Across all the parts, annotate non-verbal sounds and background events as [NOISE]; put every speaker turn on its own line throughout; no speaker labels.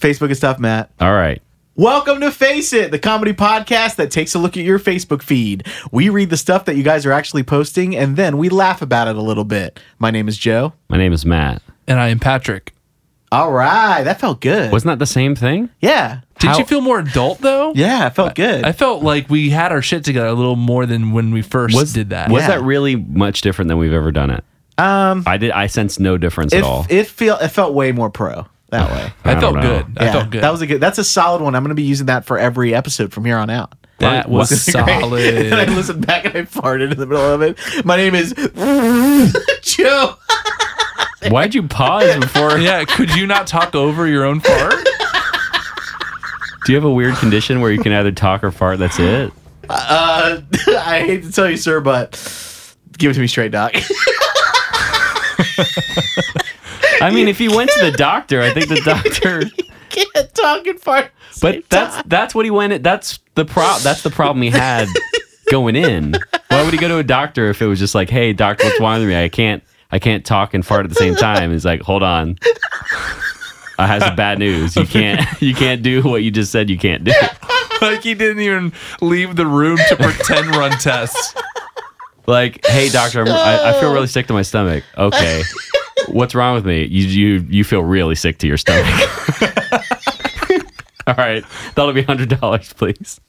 Facebook and stuff, Matt.
All right.
Welcome to Face It, the comedy podcast that takes a look at your Facebook feed. We read the stuff that you guys are actually posting and then we laugh about it a little bit. My name is Joe.
My name is Matt.
And I am Patrick.
All right, that felt good.
Wasn't that the same thing?
yeah.
Did
How-
you feel more adult though?
Yeah, it felt good.
I felt like we had our shit together a little more than when we first did that.
Was
Yeah.
that really much different than we've ever done it? Um, I did. I sense no difference at all.
it, it feel it felt way more pro that way.
I,
I don't
felt
know.
good. [SIGHS] I felt good.
That was a good. That's a solid one. I'm going to be using that for every episode from here on out. [LAUGHS]
[LAUGHS] That was
Great.
[LAUGHS]
and I
solid.
listened back and I farted in the middle of it. My name is [LAUGHS] Joe.
Why'd you pause before?
[LAUGHS] yeah, could you not talk over your own
[LAUGHS]
fart?
Do you have a weird condition where you can either talk or fart? That's it.
Uh, [LAUGHS] I hate to tell you, sir, but give it to me straight, [LAUGHS] Doc.
I mean, if you went to the doctor, I
[LAUGHS]
think the doctor.
Can't talk and fart.
But that's that's what he went. That's the pro. That's the problem he
[LAUGHS]
had going in. Why would he go to a doctor if it was just like, hey, doctor, what's wrong with me? I can't. I can't talk and fart at the same time. He's like, hold on. I have some bad news. You can't. [LAUGHS] You can't do what you just said. You can't do.
like he didn't even leave the room to pretend run tests.
Like, hey, doctor, I'm, I, I feel really sick to my stomach. Okay, what's wrong with me? You you you feel really sick to your stomach. [LAUGHS] All right, that'll be hundred dollars, please.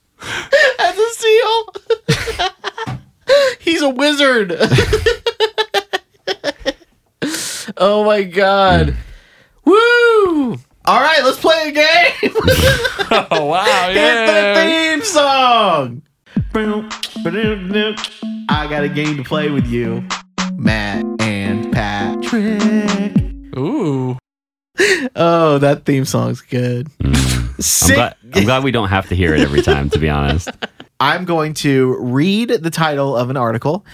That's a seal. [LAUGHS] He's a wizard. [LAUGHS] oh my god. Woo! All right, let's play a game.
[LAUGHS]
[LAUGHS]
[LAUGHS]
Oh wow! Yeah.
It's the theme song. I got a game to play with you, Matt and Patrick.
Ooh.
Oh, that theme song's good.
I'm
Sick.
glad, I'm glad we don't have to hear it every time, to be honest.
I'm going to read the title of an article,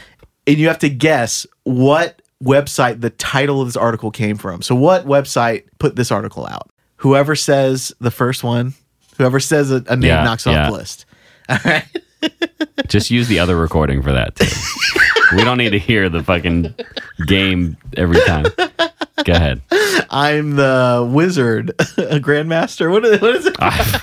and you have to guess what website the title of this article came from. So, what website put this article out? Whoever says the first one, whoever says a, a name
Yeah,
knocks it off
yeah.
the list. All right.
Just use the other recording for that, too. We don't need to hear the fucking game every time. Go ahead. [LAUGHS]
I'm the wizard, [LAUGHS] a grandmaster. What is, what is it?
I-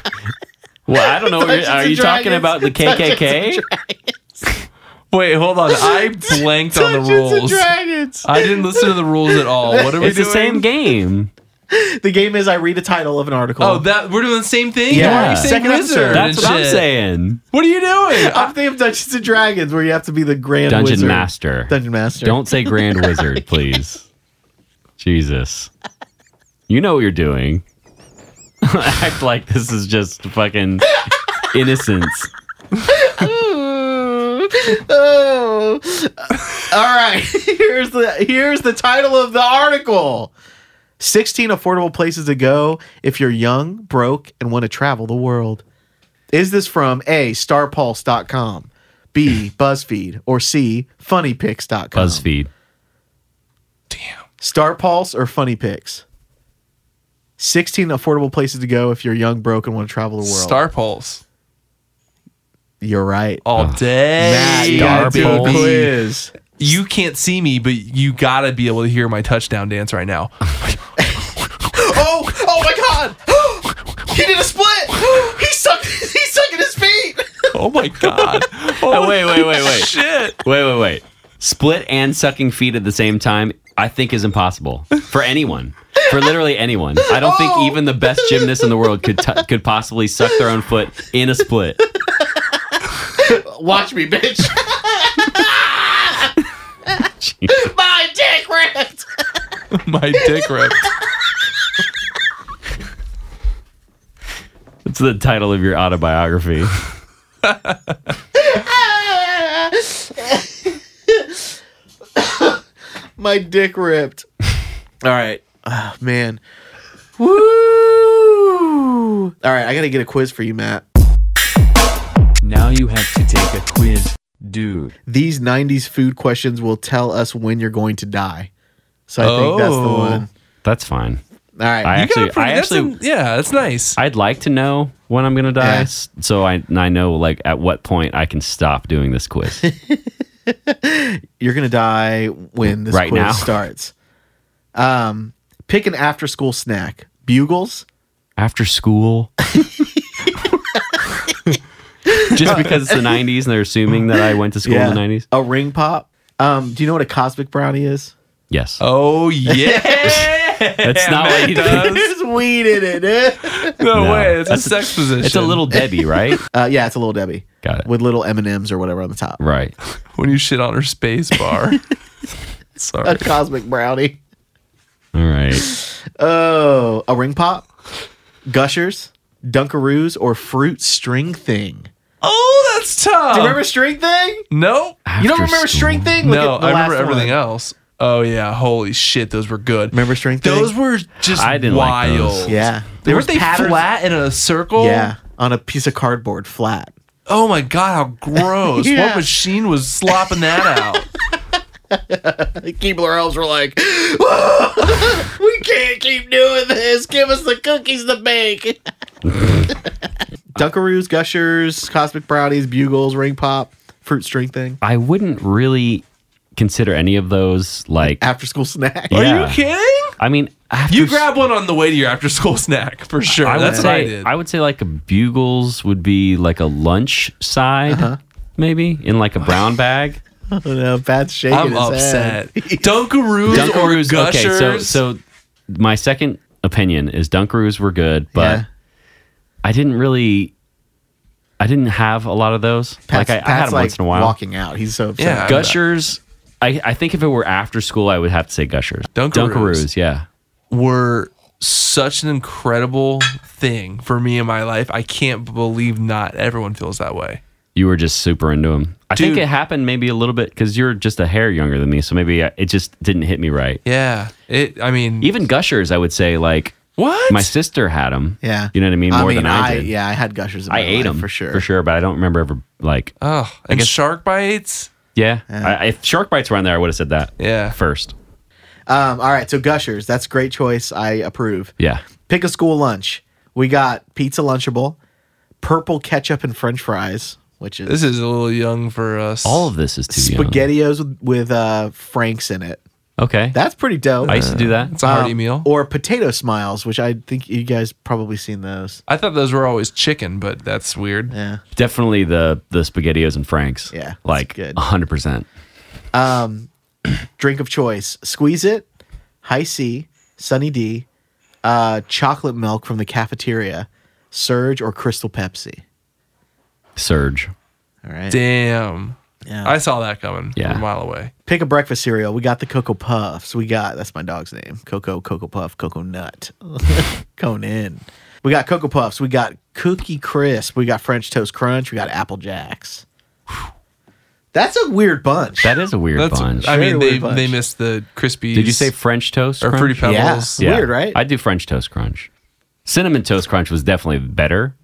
well, I don't know. What
Dungeons
you're, are
and
you
Dragons.
talking
[LAUGHS]
about the KKK?
Wait, hold on.
[LAUGHS]
I blanked on the
Dungeons and
rules.
Dragons.
I didn't listen to the rules at all. What are we
It's the
doing?
same game.
The game is I read a title of an article.
Oh, that we're doing the same thing.
Yeah.
Why are you saying
Second
wizard?
episode.
That's
and
what I'm
shit?
saying.
What are you doing?
[LAUGHS] I'm thinking of Dungeons and Dragons, where you have to be the grand
Dungeon
wizard.
Master.
Dungeon Master.
Don't say Grand Wizard, please. Jesus. You know what you're doing. [LAUGHS] Act like this is just fucking
[LAUGHS]
innocence.
oh. All right. [LAUGHS] Here's the here's the title of the article. 16 affordable places to go if you're young, broke, and want to travel the world. Is this from A, starpulse.com, B, BuzzFeed, or C, funnypics.com?
BuzzFeed.
Damn.
Star Pulse or Funny Picks? 16 affordable places to go if you're young, broke, and want to travel the world.
Star Pulse
You're right.
all
Matt,
day.
you gotta
Star
do a
Pulse.
baby.
quiz.
You can't see me, but you gotta be able to hear my touchdown dance right now.
Oh, oh my god! [GASPS] he did a split! he sucked [LAUGHS] he's sucking his feet!
Oh my god!
Oh, wait, wait,
[LAUGHS]
wait, wait.
Shit!
Wait, wait, wait. Split and sucking feet at the same time, I think is impossible for anyone. For literally anyone. I don't
Oh.
think even the best gymnast in the world could t- could possibly suck their own foot in a split.
[LAUGHS] Watch me, bitch. [LAUGHS] My dick ripped! [LAUGHS]
My dick ripped.
It's the title of your autobiography.
My dick ripped. Alright. Oh man. Woo! Alright, I gotta get a quiz for you, Matt.
Now you have to take a quiz, dude.
These 90s food questions will tell us when you're going to die. So I think that's the
Oh.
one.
That's fine.
Alright.
I
You got
actually,
a pretty-
I
that's
actually,
a- yeah, that's nice.
I'd like to know when I'm gonna die,
Yeah.
s- so I I know like at what point I can stop doing this quiz.
you're gonna die when this
Right
quiz
now? [LAUGHS]
starts. Um, pick an after-school snack: bugles, [LAUGHS]
after school. Just because it's the 90s and they're assuming that I went to school in the 90s?
A ring pop. Um, do you know what a cosmic brownie is?
Yes.
Oh yeah,
That's not what he does.
[LAUGHS] There's weed in it. eh?
No,
No.
way, it's
That's
a sex position.
It's a little
[LAUGHS]
Debbie, right?
Uh, yeah, it's a little Debbie
Got it.
with little M and M's or whatever on the top.
Right.
when you shit on her space bar. Sorry.
A cosmic brownie.
All right.
Oh, a ring pop, gushers, Dunkaroos, or fruit string thing.
Oh, that's tough.
Do you remember string thing?
Nope.
You don't
After
remember
school.
string thing? Look
No,
at the
I remember
last one.
everything else. Oh yeah, holy shit, those were good.
Remember string thing?
Those were just
I didn't like
wild.
those.
Yeah.
They
There
weren't
was
they
patterns-
flat in a circle?
Yeah, on a piece of cardboard, flat.
Oh my god, how gross.
Yeah.
What machine was slopping that out?
The Keebler elves were like, [LAUGHS] "We can't keep doing this. Give us the cookies to bake." [LAUGHS] Dunkaroos, Gushers, Cosmic Brownies, Bugles, Ring Pop, Fruit String Thing,
I wouldn't really consider any of those like.
After School Snack. [LAUGHS]
Are
Are you kidding?
I mean, after
You
s-
grab one on the way to your after school [LAUGHS] snack for sure.
I would
That's
say
what I
I,
did.
would say like a bugles would be like a lunch side,
Uh-huh.
maybe in like a
[SIGHS]
brown bag.
I don't know. Pat's shaking
I'm
his [LAUGHS]
upset.
head.
Dunkaroos, or
Dunkaroos.
gushers.
Okay, so so my second opinion is Dunkaroos were good, but
Yeah.
I didn't really, I didn't have a lot of those.
Pat's,
like I, I
Pat's
had them
like
once in a while.
walking out. He's so upset.
Yeah.
Gushers. I, I think if it were after school, I would have to say Gushers.
Dunkaroos.
Dunkaroos yeah.
were such an incredible thing for me in my life. I can't believe not everyone feels that way.
you were just super into him. I think
Dude.
it happened maybe a little bit because you're just a hair younger than me, so maybe I- it just didn't hit me right.
Yeah. It I mean
Even gushers, I would say, like
what?
my sister had them.
Yeah.
you know what I mean. More than I, did.
Yeah, I had Gushers. In
I
my
ate
life,
them
for sure.
for sure, but I don't remember ever like.
oh, and shark bites?
Yeah, I, if shark bites were on there, I would have said that.
Yeah.
first.
Um, all right, so Gushers. That's a great choice. I approve.
Yeah,
Pick a school lunch. We got pizza lunchable, purple ketchup and French fries, which is
This is a little young for us.
all of this is too young.
spaghettios with, with uh, franks in it.
Okay,
That's pretty dope.
I used to do that.
It's a hearty
Um,
meal.
Or potato smiles, which I think you guys probably seen those.
I thought those were always chicken, but that's weird.
Yeah.
Definitely the the spaghettios and franks.
Yeah, that's
like
good.
hundred percent.
Drink of choice: squeeze it, high C, Sunny D, uh, chocolate milk from the cafeteria, Surge or Crystal Pepsi.
Surge.
All right.
Damn.
Yeah.
I saw that coming
Yeah.
from a mile away.
Pick a breakfast cereal. We got the Cocoa Puffs. We got that's my dog's name. Cocoa, Cocoa Puff, Cocoa Nut, [LAUGHS] Conan. We got Cocoa Puffs. We got Cookie Crisp. We got French Toast Crunch. We got Apple Jacks. That's a weird bunch.
That is a weird
That's
bunch.
I mean
Very
they
weird bunch.
they missed the crispy
Did you say French toast
or
crunch?
fruity
Yeah.
pebbles?
It's weird, right?
I do French toast crunch. Cinnamon toast crunch was definitely better.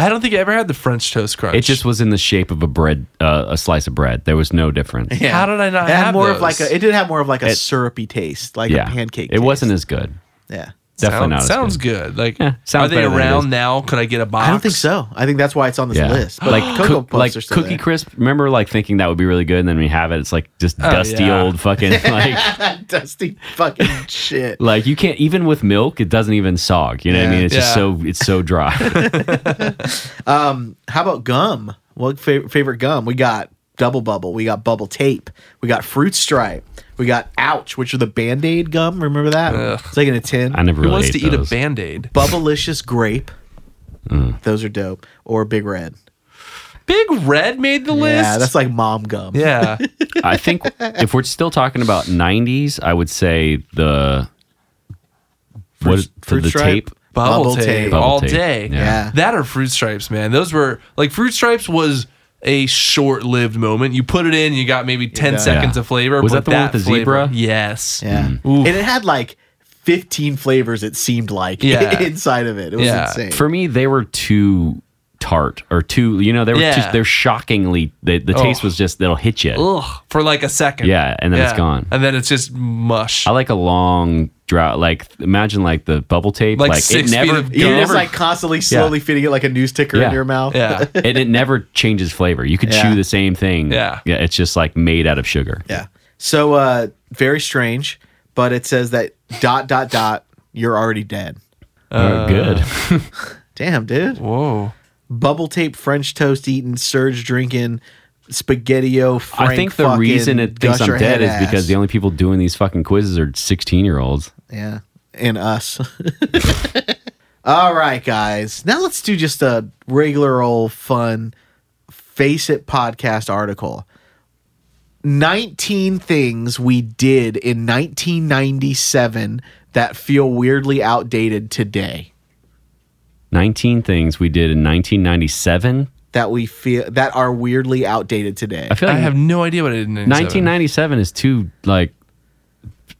I don't think I ever had the French toast crunch.
It just was in the shape of a bread, uh, a slice of bread. There was
[LAUGHS]
no difference.
Yeah.
[LAUGHS] How did I not
It had
have
more of
those?
like a? It did have more of like a syrupy taste, like
yeah,
a pancake.
It
taste.
wasn't as good.
Yeah,
Definitely
Sound-
not. As
Sounds
good.
good. Like,
Yeah, sounds
are they
better than it
around
is.
now? Could I get a box?
I don't think so. I think that's why it's on this
Yeah,
list. But
[GASPS] like
Cocoa
cook,
Puffs
like
are still
cookie
there. [LAUGHS]
crisp. Remember, like thinking that would be really good, and then we have it. It's like just dusty
Oh, yeah.
old
[LAUGHS]
fucking like
dusty fucking
[LAUGHS]
shit.
like you can't even with milk. It doesn't even sog. You know what
Yeah.
I mean? It's just
Yeah.
so it's so
[LAUGHS]
dry.
How about gum? What fav- favorite gum? We got double bubble. We got bubble tape. We got fruit stripe. We got ouch, which are the band aid gum. Remember that?
Ugh.
It's like in a tin.
I never
Who
really
wants
ate
to eat a
those.
band aid?
Bubblicious grape.
Mm.
Those are dope. Or big red.
Big Red made the list.
Yeah, that's like mom gum.
yeah.
[LAUGHS]
[LAUGHS]
I think if we're still talking about '90s, I would say the what is- the,
fruit
the
stripe?
tape.
Bubble,
Bubble
tape,
tape.
Bubble
all
tape,
day.
yeah.
Yeah.
That or fruit stripes, man. Those were like fruit stripes was a short-lived moment. You put it in, you got maybe ten
Yeah.
seconds of flavor.
Was
but
that the one with the
flavor-
zebra?
Yes.
Yeah.
Oof.
Mm.
And it had like 15 flavors, it seemed like,
Yeah.
[LAUGHS] inside of it. It was
Yeah.
insane.
For me, they were too tart or too. You know, they were
Yeah.
too, they're shockingly. They, the taste
Oh.
was just they'll hit you.
Ugh. For like a second.
Yeah, and then it's gone.
And then it's just
[LAUGHS]
mush.
I like a long drought. Like imagine like the bubble tape.
Like
Like,
six
it never.
feet of
it
You're just
never
like constantly slowly feeding it like a news ticker
Yeah.
in your mouth.
yeah.
[LAUGHS] and it never changes flavor. You could
Yeah.
chew the same thing.
Yeah.
Yeah. It's just like made out of sugar.
Yeah. So uh very strange, but it says that dot dot dot, you're already dead.
Oh, good.
Damn, dude.
Whoa.
Bubble tape French toast eating, Surge drinking, spaghettio Frank
I think the
fucking
reason it thinks
Gusher
I'm dead
head
is
ass.
because the only people doing these fucking quizzes are 16 year olds.
Yeah. And us. [LAUGHS] All right, guys. Now let's do just a regular old fun Face It podcast article. 19 things we did in 1997 that feel weirdly outdated today.
19 things we did in 1997.
That we feel that are weirdly outdated today.
I feel
I
like
have no idea what I did in 97.
1997 is too like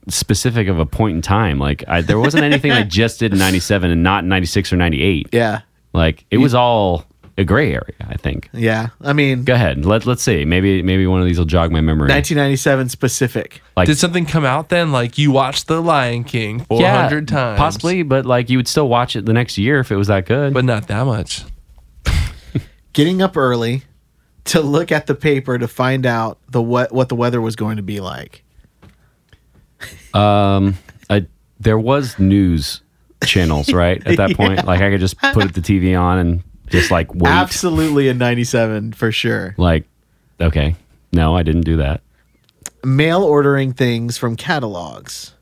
specific of a point in time. Like I, there wasn't anything I just did in 97 and not in 96 or 98.
Yeah.
Like it was all a gray area, I think.
Yeah. I mean,
Go ahead. Let let's see. Maybe maybe one of these will jog my memory.
1997 specific.
like
Did something come out then? Like you watched The Lion King 400 times.
Possibly, but like you would still watch it the next year if it was that good.
But not that much.
getting up early to look at the paper to find out the what what the weather was going to be like.
I, there was news channels, right?
[LAUGHS]
At that point, like I could just put the TV on and just like wait.
Absolutely a 97 for sure.
Like, okay, no, I didn't do that.
Mail ordering things from catalogs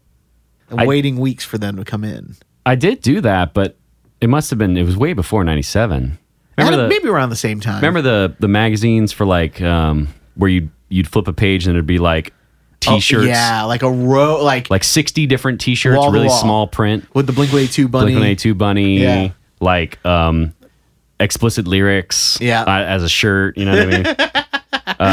and
I-
waiting weeks for them to come in.
I did do that, but it must have been. It was way before '97. Remember
At-
the
maybe around the same time.
remember the the magazines for like um where you you'd flip a page and it'd be like
Oh,
T-shirts,
yeah, like a row like,
like sixty different T-shirts,
Wall to
really
wall.
small print.
with the Blink-182 bunny.
Blink One Eight Two Bunny,
Yeah.
like um, explicit lyrics,
Yeah.
uh, as a shirt. You know what I mean?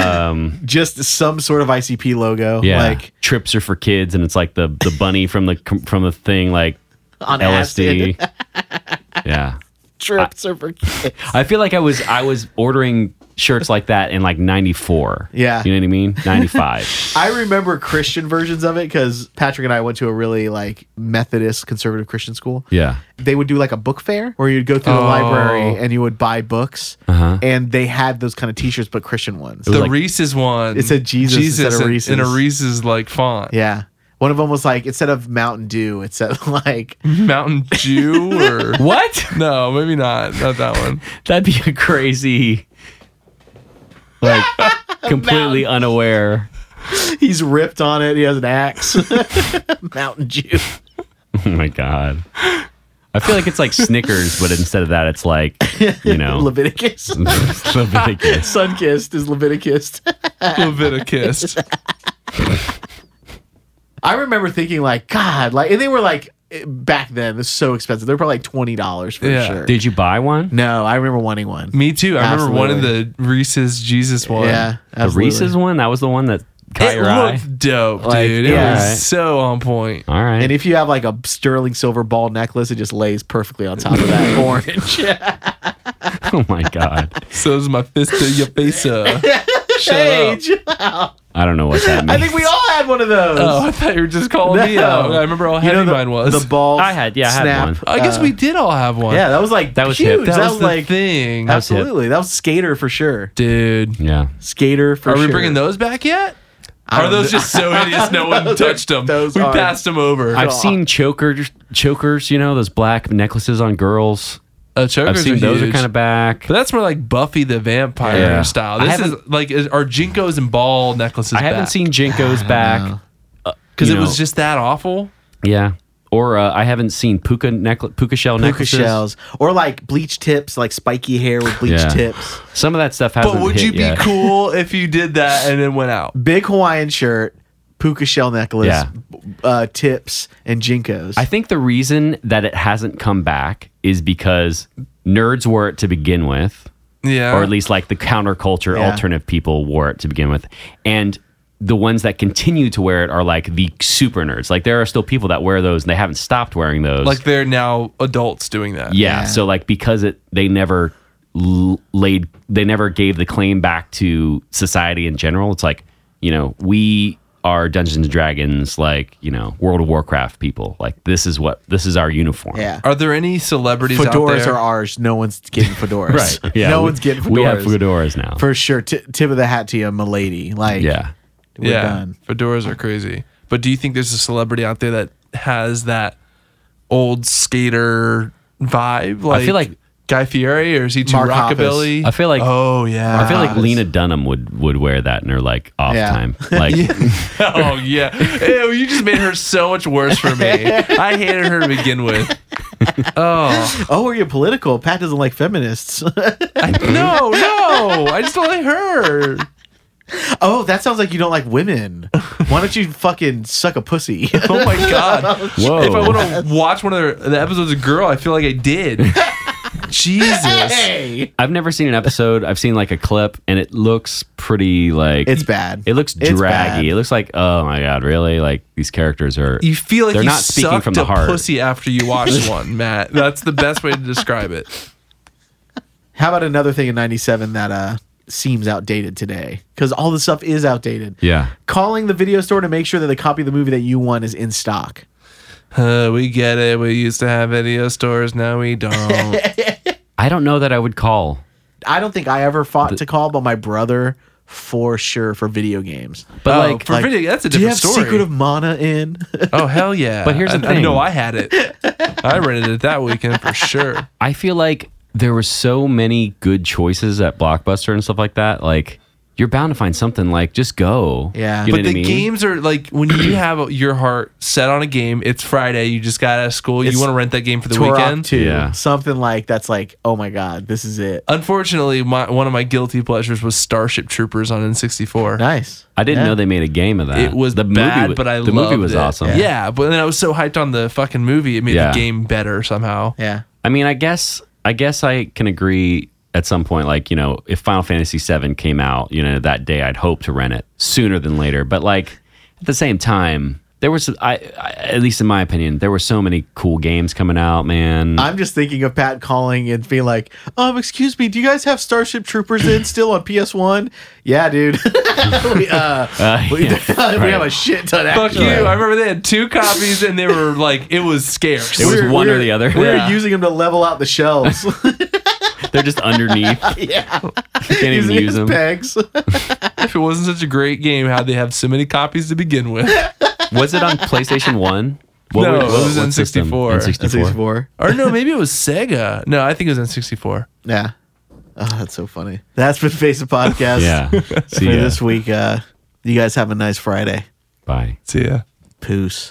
Just some sort of ICP logo
Yeah,
like
trips are for kids, and it's like the the bunny from the from the thing, like
on
LSD.
acid.
[LAUGHS] yeah,
trips are for kids.
I feel like I was I was ordering shirts like that in like '94.
Yeah.
you know what I mean?
[LAUGHS]
'95.
I remember Christian versions of it because Patrick and I went to a really like Methodist conservative Christian school.
yeah,
They would do like a book fair where you'd go through the
Oh.
library and you would buy books,
Uh-huh.
and they had those kind of T-shirts, but Christian ones.
was
The
like-
Reese's one.
It said Jesus instead of
in-
Reese's.
in a Reese's like
[LAUGHS]
font.
yeah, one of them was like instead of Mountain Dew, it said [LAUGHS] like
Mountain Dew
[LAUGHS]
[LAUGHS]
or
what?
no, maybe not. Not that one.
That'd be a crazy,
[LAUGHS]
like completely unaware. [LAUGHS]
he's ripped on it. He has an axe. [LAUGHS] Mountain Dew.
Oh my god. I feel like it's like Snickers, but instead of that,
[LAUGHS]
it's like you [LAUGHS] know
Leviticus.
Leviticus.
Sunkissed is Leviticus. [LAUGHS]
Leviticus.
I remember thinking like, God, like, and they were like eh, back then. It's so expensive. They're probably like twenty dollars for
Yeah.
sure.
Did you buy one?
No, I remember wanting one.
Mm,
Me too. I remember one of the Reese's Jesus one.
yeah,
The
absolutely.
Reese's one. That was the one that caught
It
your eye.
looked dope,
Like,
dude. It
yeah.
Alright.
was so on point.
All
[LAUGHS]
right.
And if you have like a sterling silver ball necklace, it just lays perfectly on top of
[LAUGHS]
that orange.
[LAUGHS] oh my god.
So is my fist to your
[LAUGHS]
face up. Shut up.
Age.
I don't know
[LAUGHS]
what that
[LAUGHS]
means.
I think we all had one of those.
Oh, I thought you were just calling me
No.
out. I remember how
You
heavy
know the-
mine was.
The ball.
I had- yeah, I had
snap. Uh,
one.
I guess we did all have one.
Yeah, that was like
That was hip.
huge.
that, was, the
like
thing,
was hip.
absolutely. That was skater for sure.
dude.
Yeah.
Skater for
Are
sure.
we bringing those back yet?
I
Are
don't
those
know.
just so
[LAUGHS]
hideous no one touched them?
Those
we
are-
passed them over.
I've seen chokers, chokers. You know those black necklaces on girls.
uh, chokers
I've seen those are
huge.
kind of back.
But that's more like Buffy the Vampire
Yeah.
style.
I
This is
haven't-
like is- are jinkos and ball necklaces.
I haven't
back?
seen Jinko's back.
because
you
it was
know.
just that awful.
Yeah. Or uh, I haven't seen puka necklace, puka shell
Puka
necklaces.
shells or like bleach tips, like spiky hair with bleach
Yeah.
tips.
Some of that stuff hasn't.
But would
hit
you be
yet.
cool if you did that and then went out?
Big Hawaiian shirt, puka shell necklace,
Yeah.
b- uh, tips, and jinkos.
I think the reason that it hasn't come back is because nerds wore it to begin with,
Yeah,
or at least like the counterculture
Yeah.
alternative people wore it to begin with. And the ones that continue to wear it are like the super nerds. Like there are still people that wear those and they haven't stopped wearing those.
like they're now adults doing that.
yeah,
Yeah.
so like because it they never l- laid they never gave the claim back to society in general. It's like, you know, we are Dungeons and Dragons like, you know, World of Warcraft people. Like this is what this is our uniform.
yeah.
Are there any celebrities out
fedoras
there?
are ours. No one's getting fedoras.
[LAUGHS] Right. [LAUGHS] Yeah.
No
we-
one's getting fedoras.
We have fedoras now.
For sure. T- tip of the hat to you, milady. Like,
yeah.
we're
yeah,
done.
fedoras are crazy. But do you think there's a celebrity out there that has that old skater vibe. Like,
I feel like-
Guy Fieri, or is he too
Mark Hoppus.
rockabilly?
I feel like-
oh yeah,
I feel like
Hoppus.
Lena Dunham would would wear that in her like off
Yeah. [LAUGHS]
time. Like
oh yeah, Ew, you just made her so much worse for me. I hated her to begin with. Oh
Oh, are you political? Pat doesn't like feminists. [LAUGHS]
no, no, I just don't like her.
oh, that sounds like you don't like women. Why don't you fucking suck a pussy? [LAUGHS]
Oh my god.
whoa.
If I would to watch one of their, the episodes of Girl, I feel like I did. Jesus.
hey,
I've never seen an episode. I've seen like a clip, and it looks pretty like
it's bad.
It looks
It's bad.
draggy. It looks like oh my god, really? Like these characters are.
You feel like
They're
you
not speaking
sucked
from the
a
heart.
pussy after
[LAUGHS]
you watch one, Matt. That's the best way to describe it.
How about another thing in '97 that uh seems outdated today? Because all the stuff is outdated.
yeah.
Calling the video store to make sure that the copy of the movie that you want is in stock.
Uh, we get it. We used to have video stores. Now
[LAUGHS]
we don't.
I don't know that I would call.
I don't think I ever fought to call, but my brother for sure for video games.
But
Oh,
like,
for
like,
video, that's a
Do you have
different story.
Secret of Mana in? [LAUGHS]
oh hell yeah!
But here's the
I, I
thing.
know I had it. I rented it that weekend for sure.
I feel like there were so many good choices at Blockbuster and stuff like that. Like, you're bound to find something. Like, just go.
Yeah.
You know
but
what
the
I mean?
games are like when
[CLEARS THROAT]
you have your heart set on a game. It's Friday. You just got out of school.
It's
you want to rent that game for the
Turok
weekend.
2,
Yeah.
something like that's like, oh my god, this is it.
Unfortunately, my, one of my guilty pleasures was Starship Troopers on N64.
Nice.
I didn't
Yeah.
know they made a game of that.
It was
the
bad,
movie,
but I
the
loved
movie was
it.
awesome.
Yeah. but then I was so hyped on the fucking movie, it made
Yeah.
the game better somehow.
Yeah.
I mean, I guess I guess I can agree at some point. Like, you know, if Final Fantasy VII came out, you know, that day, I'd hope to rent it sooner than later. But like at the same time, there was I, I at least in my opinion, there were so many cool games coming out. Man,
I'm just thinking of Pat calling and being like, um, excuse me, do you guys have Starship Troopers
[LAUGHS]
in still on PS1? Yeah, dude. [LAUGHS] we, uh,
Uh,
[LAUGHS]
[LAUGHS]
we, we
yeah, right.
have a shit ton of
Fuck you! I remember they had two copies, and they were like, it was scarce.
It was one or the other.
We were
Yeah.
using them to level out the shelves. [LAUGHS]
they're just underneath.
yeah.
You can't even
Using
use
his
them.
pegs.
if it wasn't such a great game, how'd they have so many copies to
[LAUGHS]
begin with?
Was it on PlayStation One? What
No,
were-
it was
what
N64.
system? N64.
or no, maybe it was Sega. No, I think it was N64.
Yeah. Oh, that's so funny. That's been Face the Podcast [LAUGHS]
Yeah.
for
See ya.
this week. Uh, you guys have a nice Friday.
Bye.
See ya.
Peace.